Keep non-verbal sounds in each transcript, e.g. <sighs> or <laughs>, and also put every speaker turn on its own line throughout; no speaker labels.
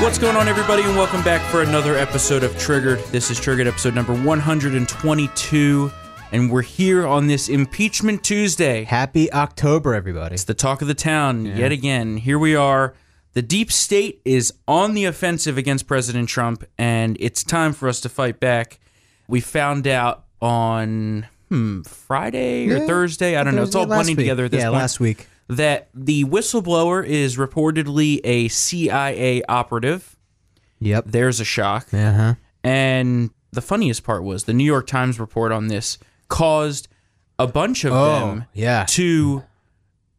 What's going on, everybody, and welcome back for another episode of Triggered. This is Triggered episode number 122, and we're here on this Impeachment Tuesday.
Happy October, everybody.
It's the talk of the town yet again. Here we are. The deep state is on the offensive against President Trump, and it's time for us to fight back. We found out on hmm, Friday or
Yeah.
Thursday. I don't know. It's all
Thursday last
blending
week.
together at this
yeah,
point.
last week.
That the whistleblower is reportedly a CIA operative.
Yep.
There's a shock.
Uh huh.
And the funniest part was the New York Times report on this caused a bunch of
Oh.
them
yeah.
to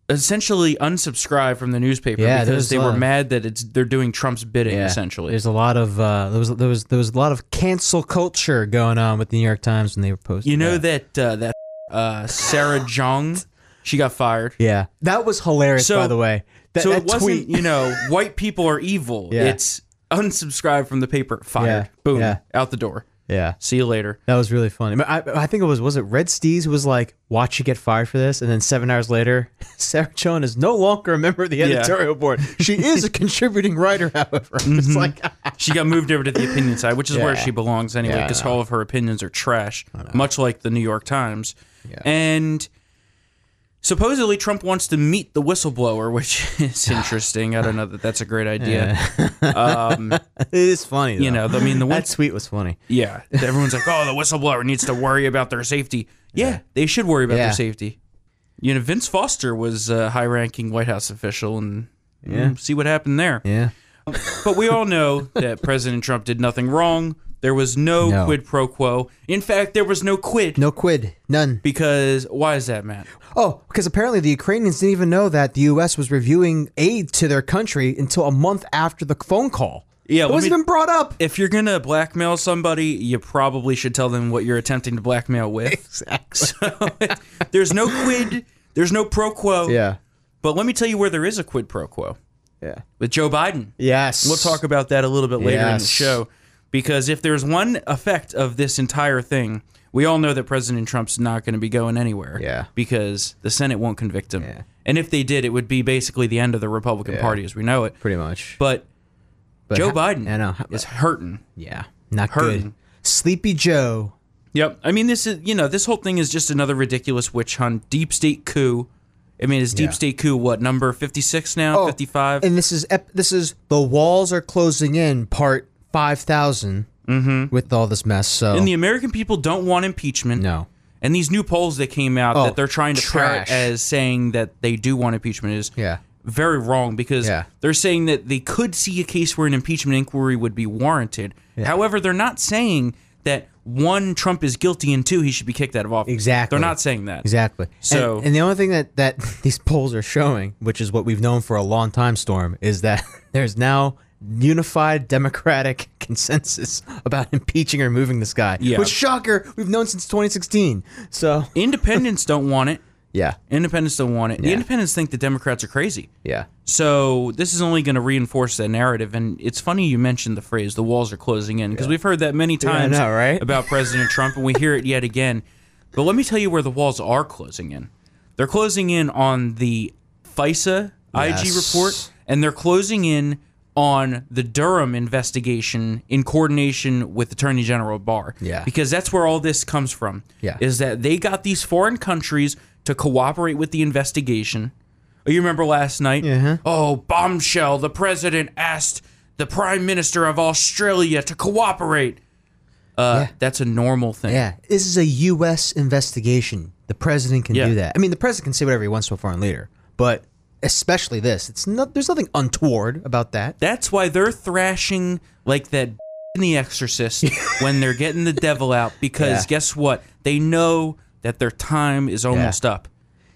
essentially unsubscribe from the newspaper
Yeah,
because
there's
they
a
were
lot of-
mad that it's they're doing Trump's bidding
Yeah.
essentially.
There's a lot of uh, there was there was there was a lot of cancel culture going on with the New York Times when they were posting.
you know
that.
that uh, that uh, Sarah
<laughs>
Jong, she got fired.
yeah, that was hilarious.
So-
by the way, that,
so
that
it wasn't
tweet.
you know white people are evil.
<laughs> Yeah.
It's unsubscribe from the paper. Fired.
Yeah.
Boom.
Yeah.
Out the door.
yeah,
See you later.
that was really funny. I, I, I think it was was it Red Steez who was like, "Watch you get fired for this," and then seven hours later, <laughs> Sarah Joan is no longer a member of the editorial board. She
<laughs>
is a contributing writer, however.
Mm-hmm.
It's like <laughs>
She got moved over to the opinion side, which is where
Yeah.
she belongs anyway,
Yeah, I
because all of her opinions are trash, much like the New York Times. And supposedly Trump wants to meet the whistleblower, which <laughs>
<laughs>
is interesting. I don't know that that's a great idea.
it is funny.
You know, I mean, the one,
that tweet was funny.
<laughs> yeah, everyone's like, oh, the whistleblower needs to worry about their safety. Yeah, they should worry about
Yeah.
their safety. You know, Vince Foster was a high-ranking White House official, and mm, see what happened there.
Yeah.
But we all know that President Trump did nothing wrong. There was no,
No.
quid pro quo. In fact, there was no quid.
No quid. None.
Because why is that, Matt?
Oh, because apparently the Ukrainians didn't even know that the U.S. was reviewing aid to their country until a month after the phone call.
Yeah,
It
let
wasn't
me-
even brought up.
If you're going to blackmail somebody, you probably should tell them what you're attempting to blackmail with.
<laughs>
Exactly. So there's no quid, there's no pro quo. But let me tell you where there is a quid pro quo
Yeah.
with Joe Biden.
Yes.
We'll talk about that a little bit later in the
Yes.
show because if there's one effect of this entire thing, we all know that President Trump's not going to be going anywhere.
Yeah.
Because the Senate won't convict him. And if they did, it would be basically the end of the Republican Party as we know it.
pretty much.
But
But
Joe
ho-
Biden
I know.
is hurting.
Yeah. Not
Hurting.
good. Sleepy Joe.
Yep. I mean, this is, you know, this whole thing is just another ridiculous witch hunt, deep state coup. I mean, is deep
Yeah. Oh.
state coup what, number 56 now? 55?
And this is ep- this is the walls are closing in part five with all this mess. So
And Mm-hmm. the American people don't want impeachment.
no.
And these new polls that came out
Oh,
that they're trying to parrot
trash.
as saying that they do want impeachment is
Yeah.
very wrong because
Yeah.
they're saying that they could see a case where an impeachment inquiry would be warranted. However, they're not saying that one Trump is guilty and two he should be kicked out of office.
Exactly.
They're not saying that.
Exactly. And-
So-
and, the only thing that that <laughs> these polls are showing, which is what we've known for a long time, Storm, is that <laughs> there's now unified democratic <laughs> consensus about impeaching or removing this guy.
Yeah.
Which shocker, we've known since 2016. So
Independents don't want it.
yeah,
Independents don't want it. The independents think the Democrats are crazy.
yeah,
So this is only going to reinforce that narrative. And it's funny you mentioned the phrase "the walls are closing in" because we've heard that many times
know, right?
about President Trump, and we hear it yet again. But let me tell you where the walls are closing in. They're closing in on the FISA IG
Yes.
report, and they're closing in on the Durham investigation in coordination with Attorney General Barr.
Yeah.
Because that's where all this comes from.
Yeah.
Is that they got these foreign countries to cooperate with the investigation. Oh, You remember last night?
Yeah.
Oh, bombshell. The president asked the prime minister of Australia to cooperate. Uh, That's a normal thing.
yeah. This is a U.S. investigation. The president can
Yeah.
do that. I mean, the president can say whatever he wants to a foreign leader, but especially this, it's not. There's nothing untoward about that.
That's why they're thrashing like that <laughs> in The
<laughs>
Exorcist when they're getting the devil out because
Yeah.
guess what? They know that their time is almost up.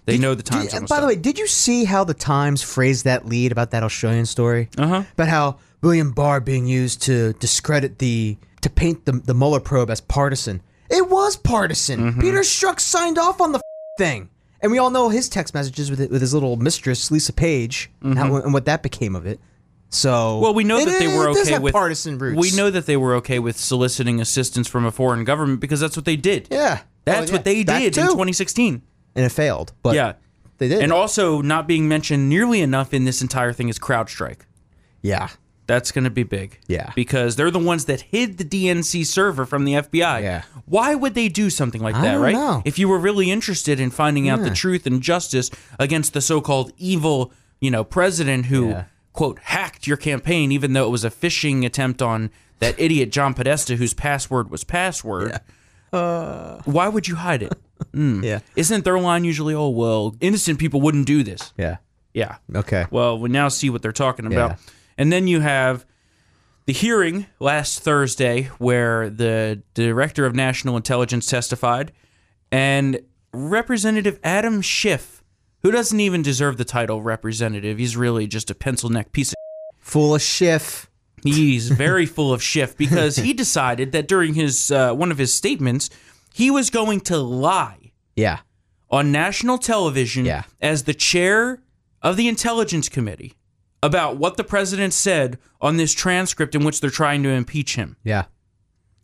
They know the time's
Did-
almost
by
up.
the way, did you see how the Times phrased that lead about that Australian story? Uh-huh. About how William Barr being used to discredit the to paint the the Mueller probe as partisan. It was partisan.
Mm-hmm.
Peter Strzok signed off on the f- thing, and we all know his text messages with with his little mistress Lisa Page and, how, and what that became of it. So
Mm-hmm. Well, we know
it
that they
is-
were
it does
okay
have
with
partisan roots.
We know that they were okay with soliciting assistance from a foreign government because that's what they did.
yeah,
That's
Oh, yeah.
what they
That
did in
too.
2016.
and it failed. But
yeah.
they did.
And
it.
also not being mentioned nearly enough in this entire thing is CrowdStrike.
yeah,
That's going to be big.
Yeah.
Because they're the ones that hid the DNC server from the FBI.
Yeah.
Why would they do something like
I
that,
don't
right?
know.
If you were really interested in finding out the
Yeah.
truth and justice against the so-called evil, you know, president who
Yeah.
quote hacked your campaign even though it was a phishing attempt on that idiot John Podesta whose password was password. Why would you hide it? Hmm.
Yeah.
Isn't their line usually, "Oh, well, innocent people wouldn't do this."
Yeah.
Yeah.
Okay.
Well, we now see what they're talking about.
Yeah.
And then you have the hearing last Thursday where the director of national intelligence testified and Representative Adam Schiff, who doesn't even deserve the title representative, he's really just a pencil neck piece of
Full of Schiff.
He's very full of Schiff because he decided that during his uh, one of his statements, he was going to lie
Yeah.
on national television
Yeah.
as the chair of the Intelligence Committee about what the president said on this transcript in which they're trying to impeach him.
Yeah.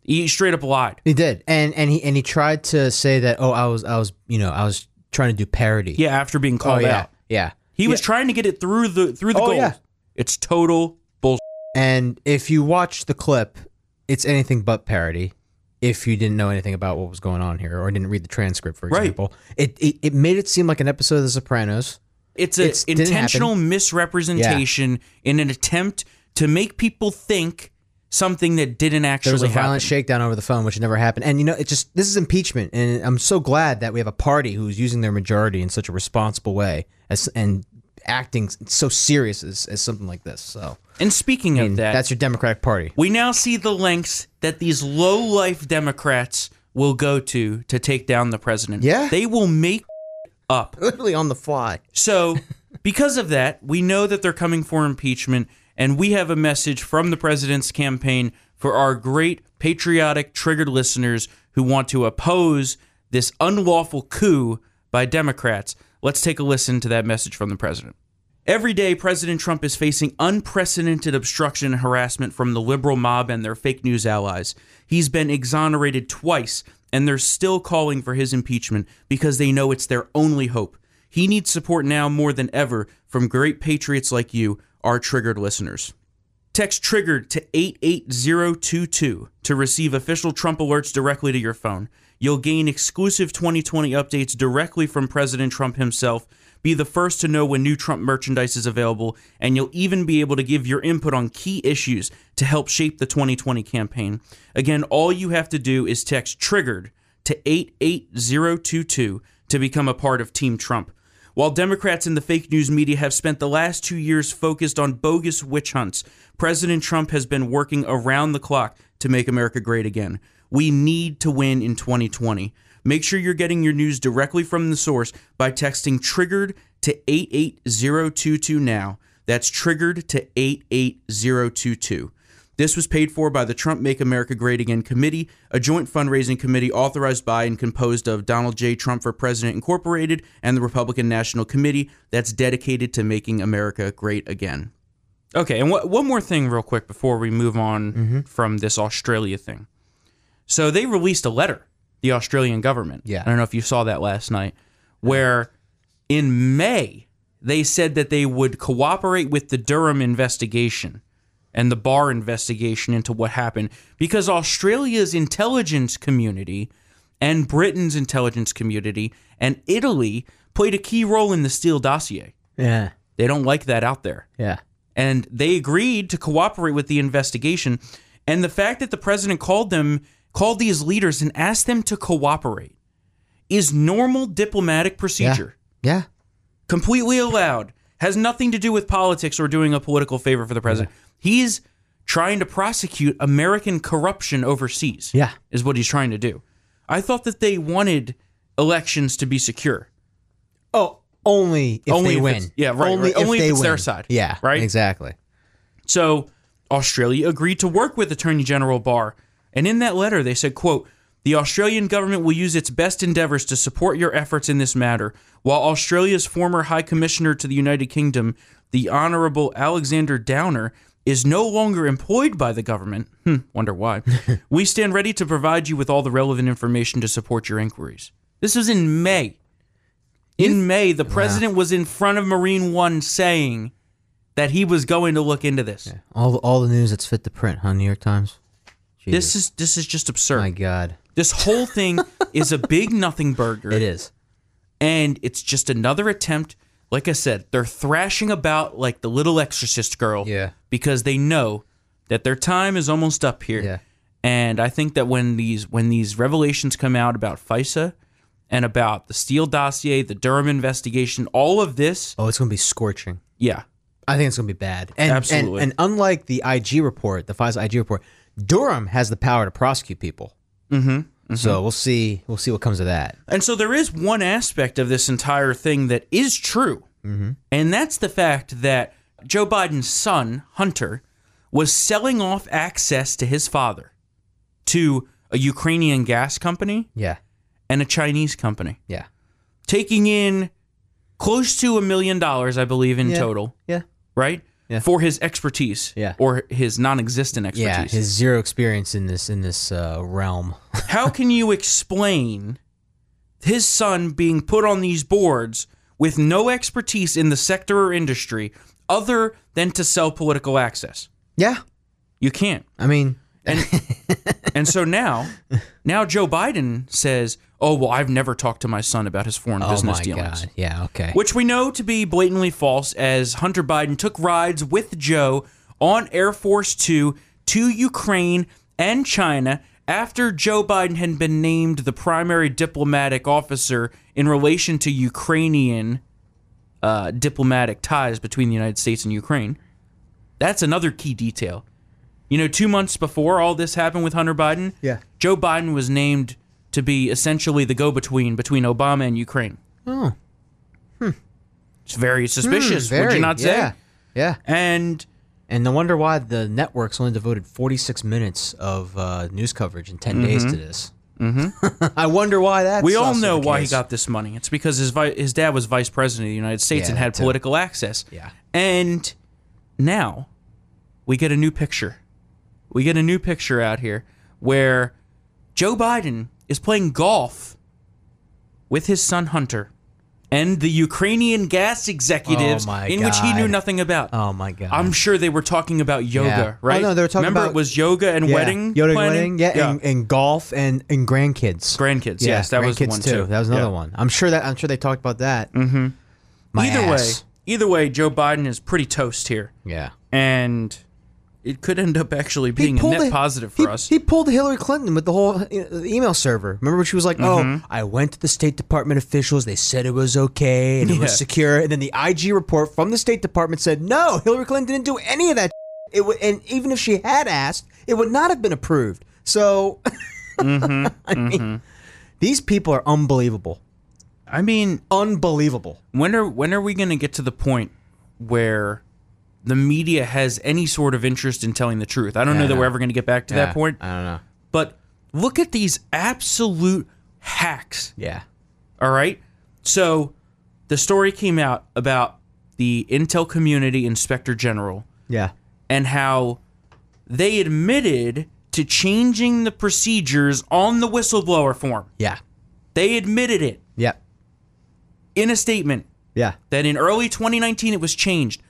He straight up lied.
He did, and and he and he tried to say that. Oh, I was I was you know I was trying to do parody.
Yeah, after being
Oh
called
yeah.
out,
Yeah.
he was trying to get it through the through the
Oh,
goals.
yeah.
It's total bullshit.
And if you watch the clip, it's anything but parody. If you didn't know anything about what was going on here, or didn't read the transcript, for
Right.
example, it, it it made it seem like an episode of The Sopranos.
It's an
It's- didn't
intentional misrepresentation in an attempt to make people think something that didn't actually
There was a
happen.
violent shakedown over the phone, which never happened. And you know, it just this is impeachment, and I'm so glad that we have a party who's using their majority in such a responsible way as and acting so serious as, as something like this. So
and speaking of that,
Mm-hmm. that's your Democratic Party.
We now see the lengths that these low life Democrats will go to to take down the president.
Yeah.
They will make up.
<laughs> Literally on the fly.
So, because of that, we know that they're coming for impeachment, and we have a message from the president's campaign for our great patriotic triggered listeners who want to oppose this unlawful coup by Democrats. Let's take a listen to that message from the president. Every day, President Trump is facing unprecedented obstruction and harassment from the liberal mob and their fake news allies. He's been exonerated twice, and they're still calling for his impeachment because they know it's their only hope. He needs support now more than ever from great patriots like you, our triggered listeners. Text triggered to 88022 to receive official Trump alerts directly to your phone. You'll gain exclusive 2020 updates directly from President Trump himself, be the first to know when new Trump merchandise is available, and you'll even be able to give your input on key issues to help shape the 2020 campaign. Again, all you have to do is text triggered to 88022 to become a part of Team Trump. While Democrats and the fake news media have spent the last two years focused on bogus witch hunts, President Trump has been working around the clock to make America great again. We need to win in 2020. Make sure you're getting your news directly from the source by texting triggered to 88022 now. That's triggered to 88022. This was paid for by the Trump Make America Great Again Committee, a joint fundraising committee authorized by and composed of Donald J. Trump for President Incorporated and the Republican National Committee that's dedicated to making America great again. Okay, and wha- one more thing, real quick, before we move on from this Australia thing. So they released a letter, the Australian government.
Yeah.
I don't know if you saw that last night, where in May they said that they would cooperate with the Durham investigation and the Barr investigation into what happened because Australia's intelligence community and Britain's intelligence community and Italy played a key role in the Steele dossier.
Yeah.
They don't like that out there
Yeah.
and they agreed to cooperate with the investigation. And the fact that the president called them, called these leaders and asked them to cooperate is normal diplomatic procedure,
Yeah.
completely allowed, has nothing to do with politics or doing a political favor for the president. He's trying to prosecute American corruption overseas,
Yeah.
is what he's trying to do. I thought that they wanted elections to be secure.
Oh, only if
Only
they
if
win.
it's- yeah, right,
Only
right.
if
Only if
they
it's
win.
their side.
Yeah.
Right?
Exactly.
So Australia agreed to work with Attorney General Barr, and in that letter they said, quote, the Australian government will use its best endeavors to support your efforts in this matter, while Australia's former High Commissioner to the United Kingdom, the Honourable Alexander Downer, is no longer employed by the government. Hmm, wonder why. we stand ready to provide you with all the relevant information to support your inquiries. This was in May. In May, the president was in front of Marine One saying, that he was going to look into this.
All all the news that's fit the print, huh? New York Times.
This is this is just absurd.
My God,
This whole
<laughs>
thing is a big nothing burger.
it is.
and it's just another attempt. Like I said, they're thrashing about like the little exorcist girl.
Yeah.
Because they know that their time is almost up here.
Yeah.
And I think that when these when these revelations come out about FISA and about the Steele dossier, the Durham investigation, all of this,
Oh, it's gonna be scorching.
yeah,
I think it's gonna be bad. And, and-
Absolutely.
And, unlike the IG report, the FISA IG report, Durham has the power to prosecute people. Mm-hmm. So we'll see. We'll see what comes of that.
And so there is one aspect of this entire thing that is true.
Mm-hmm.
And that's the fact that Joe Biden's son, Hunter, was selling off access to his father to a Ukrainian gas company
Yeah.
and a Chinese company,
Yeah.
taking in close to a million dollars, I believe, in
Yeah.
total,
Yeah.
right?
Yeah.
For his expertise
Yeah.
or his non existent expertise.
Yeah. His zero experience in this in this uh, realm.
how can you explain his son being put on these boards with no expertise in the sector or industry other than to sell political access?
yeah.
You can't.
I mean,
And so
<laughs>
now, now Joe Biden says, "Oh well, I've never talked to my son about his foreign
oh
business
my
dealings."
God. Yeah. Okay.
Which we know to be blatantly false, as Hunter Biden took rides with Joe on Air Force Two to Ukraine and China after Joe Biden had been named the primary diplomatic officer in relation to Ukrainian uh, diplomatic ties between the United States and Ukraine. That's another key detail. You know, two months before all this happened with Hunter Biden,
Yeah.
Joe Biden was named to be essentially the go between between Obama and Ukraine.
Oh. Hmm,
It's very suspicious, would
Very,
you not say?
yeah. Yeah.
And
And no wonder why the networks only devoted 46 minutes of uh, news coverage in 10 days to this. Mm-hmm. <laughs> I wonder why that.
we all know why he got this money. It's because his vi- his dad was vice president of the United States
Yeah,
and had
that too.
political access.
Yeah.
And now we get a new picture. We get a new picture out here where Joe Biden is playing golf with his son Hunter and the Ukrainian gas executives
Oh my
in which he knew
God.
nothing about.
Oh my god!
I'm sure they were talking about yoga,
Yeah.
right?
Oh, no, they were talking
Remember
about-
it was yoga and
Yeah.
wedding
Yoda
planning?
wedding, yeah, And, and golf and and grandkids.
grandkids. yes, that was
grandkids
one
too.
too.
That was another
Yeah.
one. I'm sure that I'm sure they talked about that. Mm-hmm. My
Either
ass.
way, either way, Joe Biden is pretty toast here,
yeah.
and it could end up actually being a
pulled
net
a-
positive
he,
for us.
He pulled Hillary Clinton with the whole uh, email server. Remember when she was like,
Mm-hmm.
"Oh, I went to the State Department officials. They said it was okay and it was
Yeah.
secure." And then the IG report from the State Department said, "No, Hillary Clinton didn't do any of that." It would, and even if she had asked, it would not have been approved. So, <laughs>
Mm-hmm.
I mean, these people are unbelievable,
I mean,
unbelievable.
when are when are we going to get to the point where the media has any sort of interest in telling the truth? I don't know that
Yeah.
we're ever going to get back to that point,
I don't know.
but look at these absolute hacks
Yeah,
All right. So the story came out about the Intel Community Inspector General
yeah,
and how they admitted to changing the procedures on the whistleblower form.
yeah,
They admitted it
yeah,
in a statement
yeah.
that in early 2019 it was changed.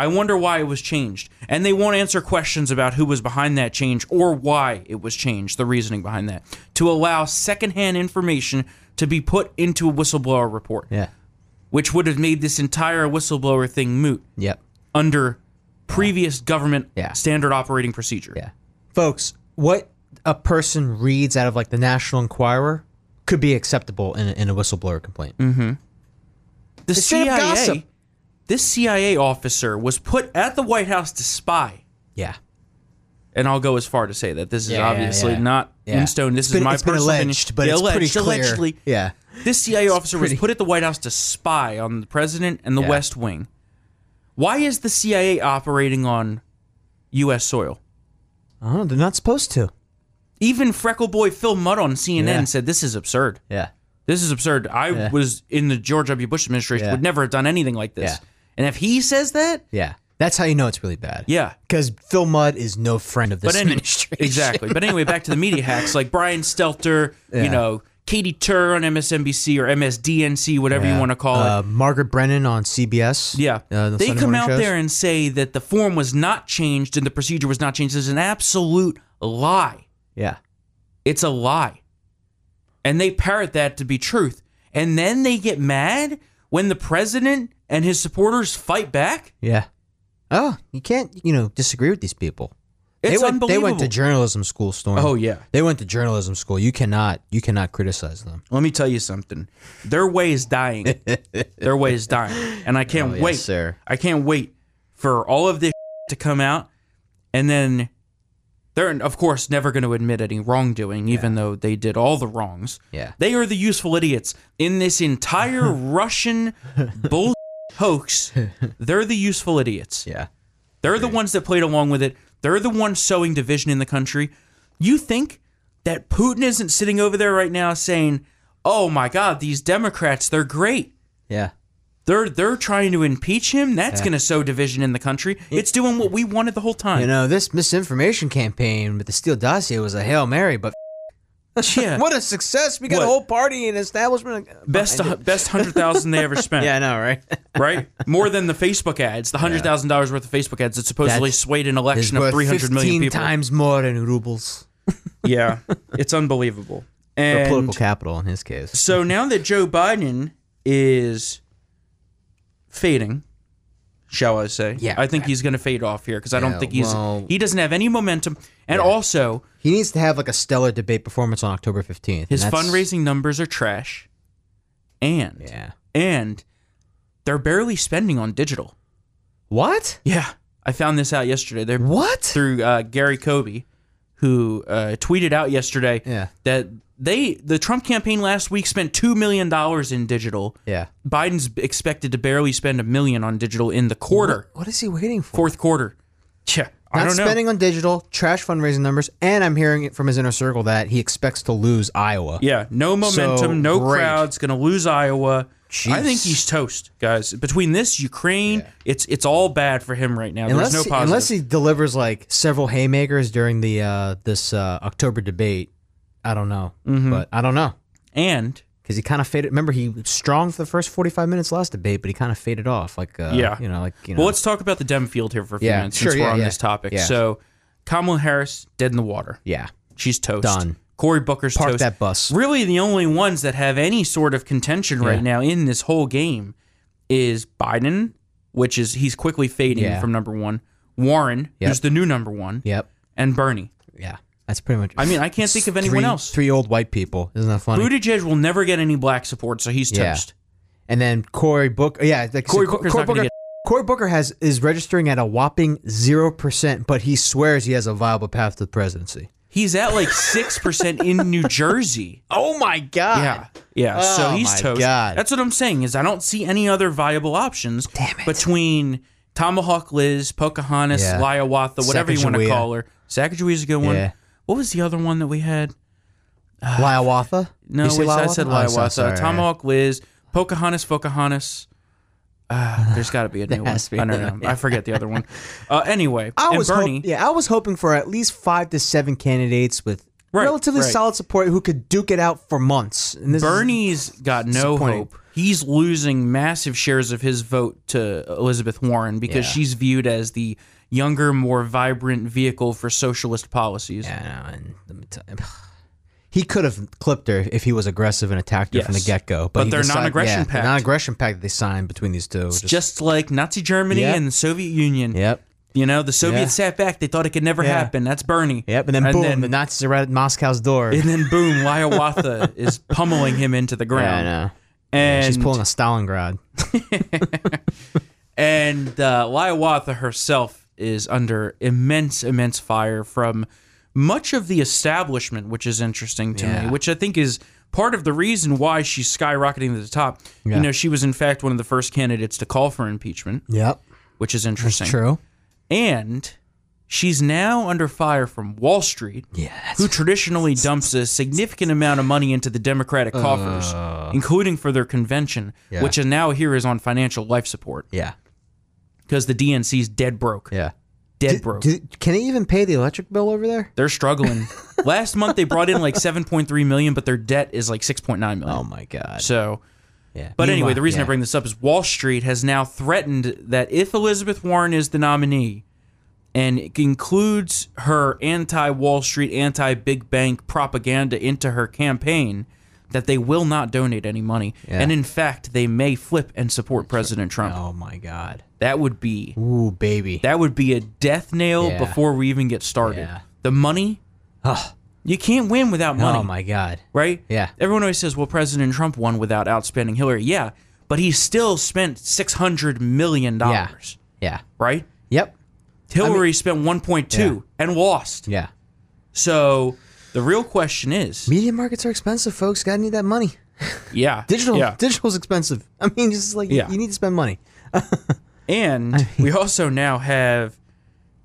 I wonder why it was changed. And they won't answer questions about who was behind that change or why it was changed, the reasoning behind that, to allow secondhand information to be put into a whistleblower report.
Yeah.
which would have made this entire whistleblower thing moot
Yep.
under previous government
Yeah.
standard operating procedure.
Yeah. Folks, what a person reads out of like the National Enquirer could be acceptable in a, in a whistleblower complaint.
Mm. The
straight up
CIA,
gossip.
this CIA officer was put at the White House to spy.
Yeah.
And I'll go as far to say that this is
Yeah, yeah,
obviously
yeah.
not
Yeah.
in stone. This
It's
is
been-
my
it's been
personal opinion.
alleged, but
Yeah,
it's pretty clear.
allegedly.
Yeah.
This CIA officer
pretty-
was put at the White House to spy on the president and the
Yeah.
West Wing. Why is the CIA operating on U.S. soil?
Oh, they're not supposed to.
Even Freckle Boy Phil Mudd on CNN
Yeah.
said this is absurd.
Yeah.
This is absurd. I
Yeah.
was in the George W. Bush administration,
Yeah.
would never have done anything like this.
Yeah.
And if he says that,
Yeah. That's how you know it's really bad.
yeah.
Because Phil Mudd is no friend of this
But any-
administration.
exactly. But anyway, back to the media hacks like Brian Stelter, you know, Katie Turr on MSNBC or MSDNC, whatever you want to call it.
Uh, Margaret Brennan on CBS.
Yeah.
uh, the
they
Sunday
come
morning
out
shows.
there and say that the form was not changed and the procedure was not changed. It's an absolute lie.
Yeah.
It's a lie. And they parrot that to be truth. And then they get mad when the president and his supporters fight back.
Yeah. Oh, you can't, you know, disagree with these people.
It's
they went,
unbelievable.
They went to journalism school, Storm.
oh, yeah.
They went to journalism school. You cannot, you cannot criticize them.
Let me tell you something. Their way is
<laughs>
dying. Their way is dying. And I can't
Oh, yes,
wait.
sir.
I can't wait for all of this to come out. And then they're, of course, never going to admit any wrongdoing, even though they did all the wrongs.
Yeah.
They are the useful idiots in this
<laughs>
entire Russian bull hoax. They're the useful idiots.
Yeah.
They're the ones that played along with it. They're the ones sowing division in the country. You think that Putin isn't sitting over there right now saying, "Oh my God, these Democrats, they're great.
Yeah.
They're they're trying to impeach him. That's going to sow division in the country. It's doing what we wanted the whole
You
time."
know, this misinformation campaign with the Steele dossier was a Hail Mary, but <laughs>
yeah,
what a success. We got
What?
a whole party and establishment.
best
behind
best hundred thousand
<laughs>
they ever
it.
spent.
Yeah, I know, right?
right? More than the Facebook ads, the hundred thousand dollars worth of Facebook ads that supposedly
That's-
swayed an
It's
election of
worth
three hundred million
15
people.
times more in rubles.
Yeah, it's
<laughs>
unbelievable.
Or political
And
capital in his case.
so now that Joe Biden is fading, shall I say?
Yeah.
I think he's going to fade off here because I
Yeah,
don't think he's
well-
he doesn't have any momentum, and also
He needs to have like a stellar debate performance on October 15th. and
his
that's-
fundraising numbers are trash, and
Yeah.
and they're barely spending on digital.
What?
Yeah, I found this out yesterday. They're
What?
through uh, Gary Kobe, who uh, tweeted out yesterday
Yeah.
that they the Trump campaign last week spent two million dollars in digital.
Yeah.
Biden's expected to barely spend a million on digital in the quarter,
What is he waiting for?
fourth quarter. Yeah, I
Not
don't know.
spending on digital, trash fundraising numbers, and I'm hearing it from his inner circle that he expects to lose Iowa.
yeah, no momentum,
So,
no
great.
crowds. Going to lose Iowa. I think
Jeez.
he's toast, guys. Between this Ukraine, it's it's all bad for him right now.
Unless,
There's
he-
no positive.
unless he delivers like several haymakers during the uh, this uh, October debate, I don't know.
Mm-hmm.
But I don't know
and
because he kind of faded. Remember, he was strong for the first forty five minutes last debate, but he kind of faded off. Like uh,
Yeah.
you know, like you know,
Well, let's talk about the Dem field here for a few
Yeah,
minutes
sure,
since we're
yeah,
on
yeah,
this topic.
yeah.
So, Kamala Harris dead in the water.
yeah,
She's toast.
Done.
Cory Booker's
park
toast.
that bus.
Really, the only ones that have any sort of contention right now in this whole game is Biden, which is he's quickly fading
Yeah.
from number one. Warren,
Yep.
who's the new number one,
Yep,
and Bernie.
yeah, that's pretty much.
I mean, I can't think of anyone
three,
else.
Three old white people, isn't that funny?
Buttigieg will never get any black support, so he's
Yeah.
toast.
And then Cory Booker, yeah, like,
Cory
so
Booker's not gonna get-
Cory Booker has is registering at a whopping zero percent, but he swears he has a viable path to the presidency.
He's at like six percent in New Jersey.
<laughs> Oh my god!
Yeah. Yeah. so
Oh
he's
my
toast.
God.
That's what I'm saying is I don't see any other viable options between Tomahawk Liz, Pocahontas,
Yeah.
Liawatha, whatever you want to
Sacagawea.
call her. Sacagawea's a good one.
Yeah.
What was the other one that we had?
<sighs> Liawatha?
No,
You say
wait, I said
Oh, so-
Liawatha.
sorry.
Tomahawk Liz, Pocahontas, Pocahontas. Uh, there's got to
<laughs>
be a new one.
has to be
I
another
don't know. I forget the other
<laughs>
one. Uh, anyway,
I
and
was hop-
Bernie.
yeah, I was hoping for at least five to seven candidates with
Right,
relatively
right.
solid support who could duke it out for months. And this is- <sighs>
Bernie's got no
disappointing.
hope. He's losing massive shares of his vote to Elizabeth Warren because
Yeah.
she's viewed as the younger, more vibrant vehicle for socialist policies.
I know, and let me tell <sighs> he could have clipped her if he was aggressive and attacked her from the
Yes.
get go. But,
But
he
their
decided-
non-aggression
yeah,
pact.
non aggression pact they signed between these two. Just,
Just like Nazi Germany
Yep.
and the Soviet Union.
yep,
You know, the Soviets
Yeah.
sat back. They thought it could never
Yeah.
happen. That's Bernie.
yep, and then boom, the Nazis are right at Moscow's door.
and then boom, Liawatha is pummeling him into the
Yeah, I
ground.
know.
And
She's pulling a Stalingrad.
And uh, Liawatha herself is under immense, immense fire from much of the establishment, which is interesting to me,
Yeah.
which I think is part of the reason why she's skyrocketing to the top. You know, she was, in fact, one of the first candidates to call for impeachment,
Yep,
which is interesting.
true.
And she's now under fire from Wall Street,
Yeah,
who traditionally dumps a significant amount of money into the Democratic coffers, including for their convention,
Uh. Yeah.
which now here is on financial life support
yeah,
because the DNC's dead broke.
yeah.
dead
Do-
broke.
do- can they even pay the electric bill over there?
they're struggling.
<laughs>
Last month they brought in like 7.3 million, but their debt is like 6.9 million.
Oh my god.
So,
Yeah.
but anyway,
Meanwhile-
the reason I
yeah.
bring this up is Wall Street has now threatened that if Elizabeth Warren is the nominee, and it includes her anti-Wall Street, anti-big bank propaganda into her campaign, that they will not donate any money,
Yeah.
and in fact, they may flip and support President Trump.
Oh my god.
That would be
Ooh baby.
that would be a death nail
Yeah.
before we even get started.
Yeah.
The money,
Ugh.
you can't win without money
Oh my god.
right?
Yeah.
Everyone always says, well, President Trump won without outspending Hillary. Yeah, but he still spent six hundred million
Yeah.
dollars,
Yeah.
right?
Yep.
Hillary spent one point two and lost.
Yeah.
So the real question is,
Media markets are expensive, folks. Gotta need that money.
yeah,
Digital
yeah,
digital's expensive. <laughs> I mean, just like
Yeah.
you need to spend money.
and we also now have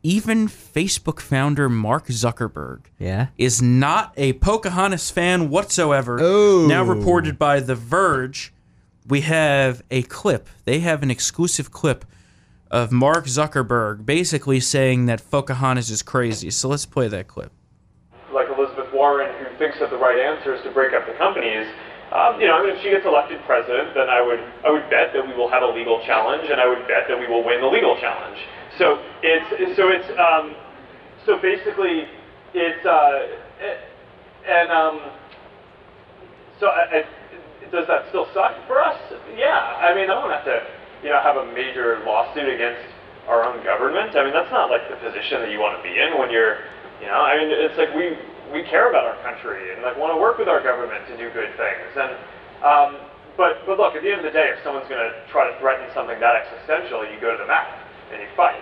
even Facebook founder Mark Zuckerberg.
Yeah.
is not a Pocahontas fan whatsoever.
Oh.
Now reported by The Verge, we have a clip. They have an exclusive clip of Mark Zuckerberg basically saying that Pocahontas is crazy. So let's play that clip.
like Elizabeth Warren, who thinks that the right answer is to break up the companies, um, you know, I mean, if she gets elected president, then I would, I would bet that we will have a legal challenge, and I would bet that we will win the legal challenge. So it's, so it's, um, so basically, it's, uh, it- and um, so I, I, does that still suck for us? Yeah, I mean, I don't have to, you know, have a major lawsuit against our own government. I mean, that's not like the position that you want to be in when you're, you know, I mean, it's like we we care about our country and like want to work with our government to do good things. And um, but but look, at the end of the day, if someone's going to try to threaten something that existential, you go to the mat and you fight.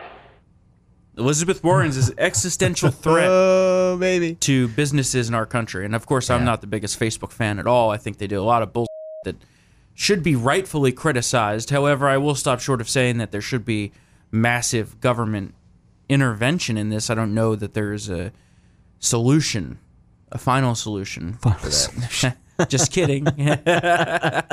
Elizabeth Warren's
<laughs>
is existential threat
Oh baby.
to businesses in our country. And of course, I'm not the biggest Facebook fan at all. I think they do a lot of bullshit <laughs> that should be rightfully criticized. However, I will stop short of saying that there should be massive government intervention in this. I don't know that there is a solution, a final solution. for that. <laughs> Just kidding. but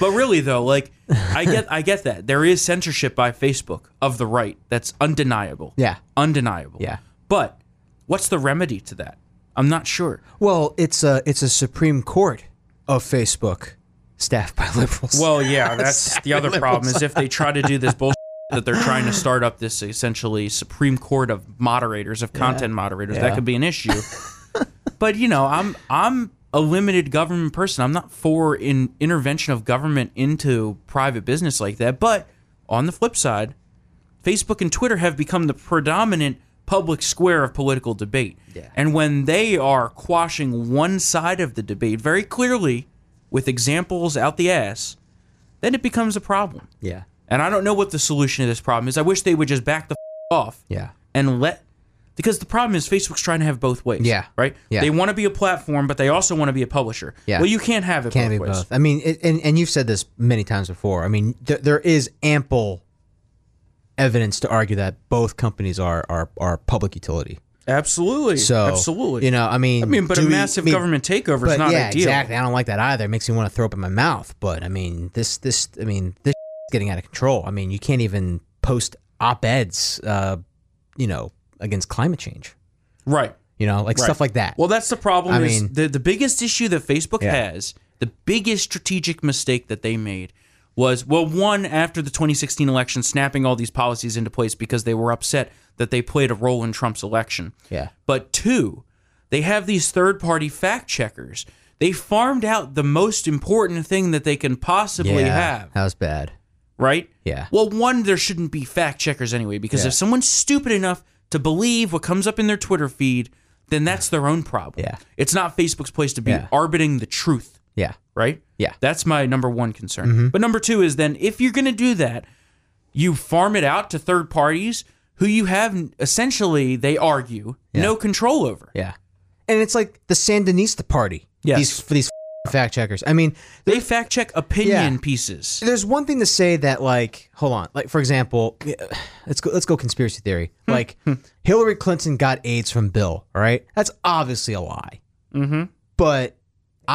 really though, like I get I get that. There is censorship by Facebook of the right. That's undeniable.
Yeah.
Undeniable.
Yeah.
But what's the remedy to that? I'm not sure.
Well, it's a it's a Supreme Court of Facebook, staffed by <laughs> liberals.
Well,
<laughs>
yeah, that's the other problem is if they try to do this bullshit <laughs> that they're trying to start up this essentially Supreme Court of moderators of content moderators, that
Yeah.
could be an issue.
<laughs>
but you know, I'm I'm a limited government person. I'm not for in intervention of government into private business like that. But on the flip side, Facebook and Twitter have become the predominant public square of political debate.
Yeah.
And when they are quashing one side of the debate very clearly with examples out the ass, then it becomes a problem.
yeah,
And I don't know what the solution to this problem is. I wish they would just back the f- off
yeah,
and let because the problem is Facebook's trying to have both ways.
Yeah.
Right?
Yeah.
They want to be a platform, but they also want to be a publisher.
Yeah.
Well, you can't have it
can't
both
be
ways.
both. I mean, it, and and you've said this many times before. I mean, there, there is ample evidence to argue that both companies are are, are public utility.
Absolutely.
So
absolutely.
you know, I mean,
I mean, but a
do we-
massive
I mean,
government takeover is
but
not
yeah,
ideal.
exactly. I don't like that either. It makes me want to throw up in my mouth. But I mean, this this I mean this <laughs> is getting out of control. I mean, you can't even post op eds, uh, you know, against climate change.
Right.
You know, like stuff like that.
Well, that's the problem.
I
is
mean-
the the biggest issue that Facebook
Yeah.
has, the biggest strategic mistake that they made was well, one after the 2016 election, snapping all these policies into place because they were upset that they played a role in Trump's election.
yeah,
But two, they have these third party fact checkers. They farmed out the most important thing that they can possibly
yeah,
have
that was bad.
right?
Yeah.
Well, one, there shouldn't be fact checkers anyway, because
Yeah.
if someone's stupid enough to believe what comes up in their Twitter feed, then that's their own problem.
Yeah.
It's not Facebook's place to be
Yeah.
arbiting the truth,
Yeah,
right?
Yeah. Mm-hmm.
That's my number one concern. But number two is then if you're going to do that, you farm it out to third parties who you have essentially, they argue, no control over.
yeah, and it's like the Sandinista party.
Yes.
these for these <laughs> fact checkers. I mean,
They fact check opinion
Yeah.
pieces.
there's one thing to say that like hold on like for example let's go let's go conspiracy theory
Hmm.
like hillary clinton got aids from bill all right that's obviously a lie
Mhm.
but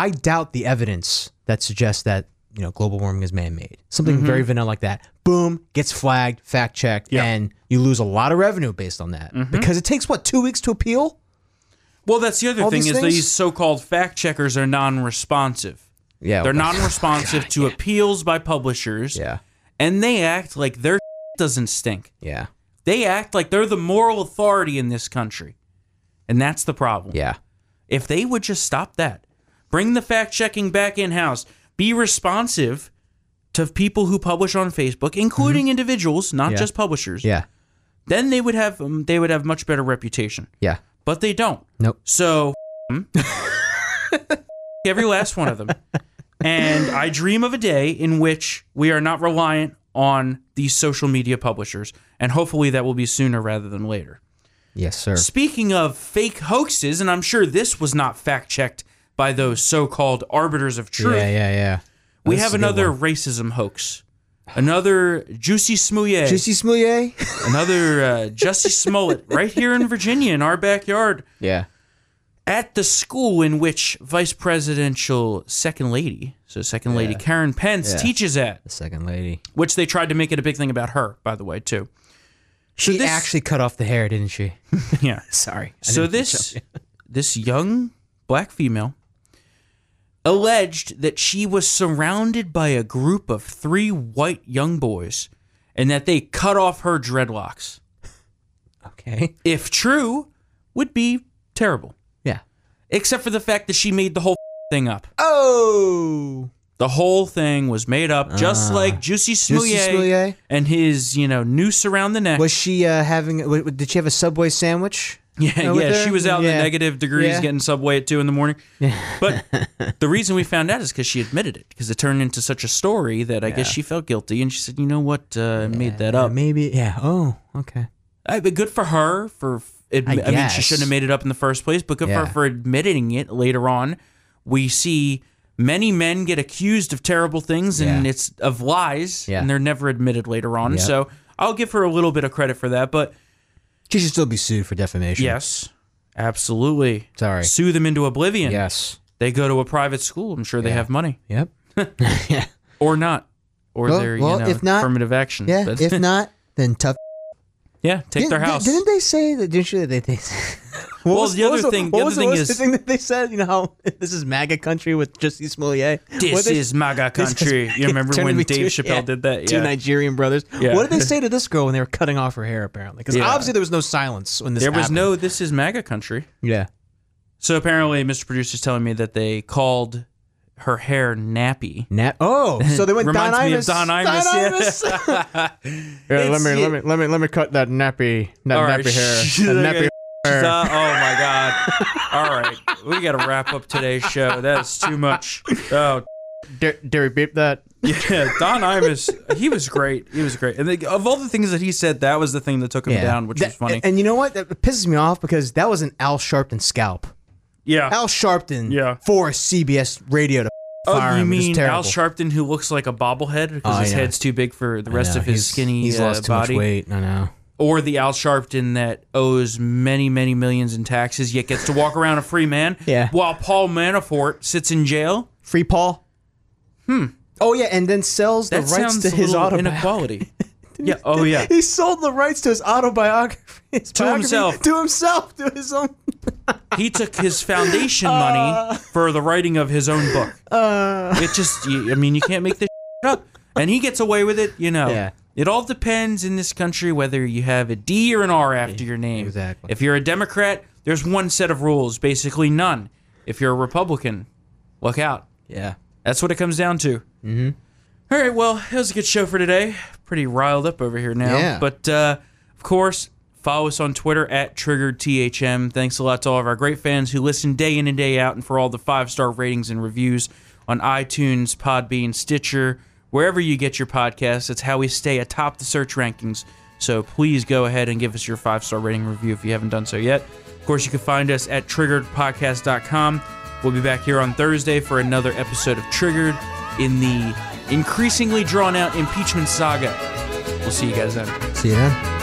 i doubt the evidence that suggests that you know global warming is man-made something very vanilla like that boom, gets flagged, fact checked,
Mm-hmm. Yeah. Mm-hmm.
and you lose a lot of revenue based on that because it takes what two weeks to appeal.
Well, that's the other
All
thing
these
is
things?
these so-called fact checkers are non-responsive.
Yeah,
They're
well,
non-responsive to appeals by publishers.
<laughs> Yeah,
And they act like their <laughs> doesn't stink.
yeah,
They act like they're the moral authority in this country. And that's the problem.
yeah.
If they would just stop that, bring the fact checking back in house, be responsive to people who publish on Facebook, including individuals, not
Mm-hmm. Yeah.
just publishers,
Yeah.
then they would have um, they would have much better reputation.
Yeah.
But they don't.
Nope.
So <laughs> hmm? every last one of them. And I dream of a day in which we are not reliant on these social media publishers, and hopefully that will be sooner rather than later.
Yes, sir.
Speaking of fake hoaxes, and I'm sure this was not fact checked by those so called arbiters of truth,
Yeah, yeah, yeah.
we
This
have
is a good
another
one.
racism hoax. Another Juicy Smouillet.
Juicy Smouillet.
Another uh, Jussie Smollett right here in Virginia in our backyard
yeah.
at the school in which Vice Presidential Second Lady, so Second Lady Karen Pence, teaches at,
The second lady.
which they tried to make it a big thing about her, by the way, too.
She
this-
actually cut off the hair, didn't she? <laughs>
Yeah.
Sorry. I
So
didn't think
this this young black female alleged that she was surrounded by a group of three white young boys and that they cut off her dreadlocks.
Okay.
If true, would be terrible.
Yeah.
Except for the fact that she made the whole thing up.
Oh.
The whole thing was made up, just like Juicy
Ah. Juicy
Smouillet
Smouillet.
and his, you know, noose around the neck.
Was she uh, having? w- w- Did she have a Subway sandwich?
<laughs> Yeah,
over
yeah,
there?
she was out in
Yeah.
the negative degrees
Yeah.
getting Subway at two in the morning.
<laughs>
But the reason we found out is because she admitted it because it turned into such a story that I guess she felt guilty and she said, you know what, uh, I made that
Uh,
up.
maybe. Yeah. Oh. Okay.
I, Uh, but good for her for. Admi- I,
I
mean, she
guess.
shouldn't have made it up in the first place, but good for
Yeah.
her for admitting it later on. We see many men get accused of terrible things and
Yeah.
it's of lies,
Yeah.
and they're never admitted later on.
Yep.
So I'll give her a little bit of credit for that. But
She should still be sued for defamation.
yes, absolutely.
Sorry.
Sue them into oblivion.
Yes.
They go to a private school. I'm sure they have money
Yep.
or not, or
Well-
their
well,
you know
if not-
affirmative action.
Yeah.
<laughs> But-
if not, then tough.
yeah, take
Didn't-
their
di-
house.
Didn't they say that? Didn't you? They. they <laughs> what
Well, the
what
other thing- the
What
other
was,
thing
what was
is-
the thing that they said. You know how <laughs> this is MAGA country with Juicy Smouillet. What
this
did they-
is MAGA
<laughs> This is-
country. You remember
Turned
when
to be
Dave
two-
Chappelle
yeah,
did that?
Two
Yeah.
Nigerian brothers.
Yeah.
What did they say to this girl when they were cutting off her hair? Apparently, because
Yeah.
obviously there was no silence when this.
There was
happened.
no. This is MAGA country.
Yeah.
So apparently, Mr. Producer's telling me that they called her hair nappy.
Nat-
<laughs>
oh, so they went Don
Reminds me of
Imus.
Don Imus, yeah. <laughs>
<laughs>
It's-
let me let me cut that nappy that
All right. <laughs>
<laughs>
She's like, she's, uh, oh my god! <laughs> All right, we got to wrap up today's show. That's too much. Oh <laughs>
Dare, we beep that?
Yeah, Don Imus, he was great. He was great. And they, of all the things that he said, that was the thing that took him down, which
That-
was funny.
And you know what? That pisses me off because that was an Al Sharpton scalp.
yeah.
Al Sharpton
Yeah.
forced CBS radio to fire
oh, you
him. It was
mean
terrible.
Al Sharpton, who looks like a bobblehead because
Oh,
his
yeah.
head's too big for the rest
No,
of his
he's-
skinny
He's
uh,
lost too
body?
much weight. I know.
Or the Al Sharpton that owes many, many millions in taxes yet gets to walk around a free man
<laughs> Yeah.
while Paul Manafort sits in jail?
Free Paul. Hmm. Oh yeah, and then sells
That
the rights
sounds
to
a
his
little
autobiography.
inequality. yeah. Oh, yeah.
<laughs> He sold the rights to his autobiography. his
To
biography,
himself.
To himself. To his own. <laughs>
he took his
Uh.
foundation money for the writing of his own book.
Uh.
it just, you, I mean, you can't make this <laughs> up. And he gets away with it, you know.
Yeah.
It all depends in this country whether you have a D or an R after your name.
exactly.
If you're a Democrat, there's one set of rules, basically none. If you're a Republican, look out.
Yeah.
That's what it comes down to. Mm-hmm. All right, well, that was a good show for today. Pretty riled up over here now.
Yeah.
But, uh, of course, follow us on Twitter at TriggeredTHM. Thanks a lot to all of our great fans who listen day in and day out and for all the five star ratings and reviews on iTunes, Podbean, Stitcher, wherever you get your podcasts. That's how we stay atop the search rankings. So please go ahead and give us your five star rating review if you haven't done so yet. Of course, you can find us at triggeredpodcast.com. We'll be back here on Thursday for another episode of Triggered in the increasingly drawn out impeachment saga. We'll see you guys then.
See you then.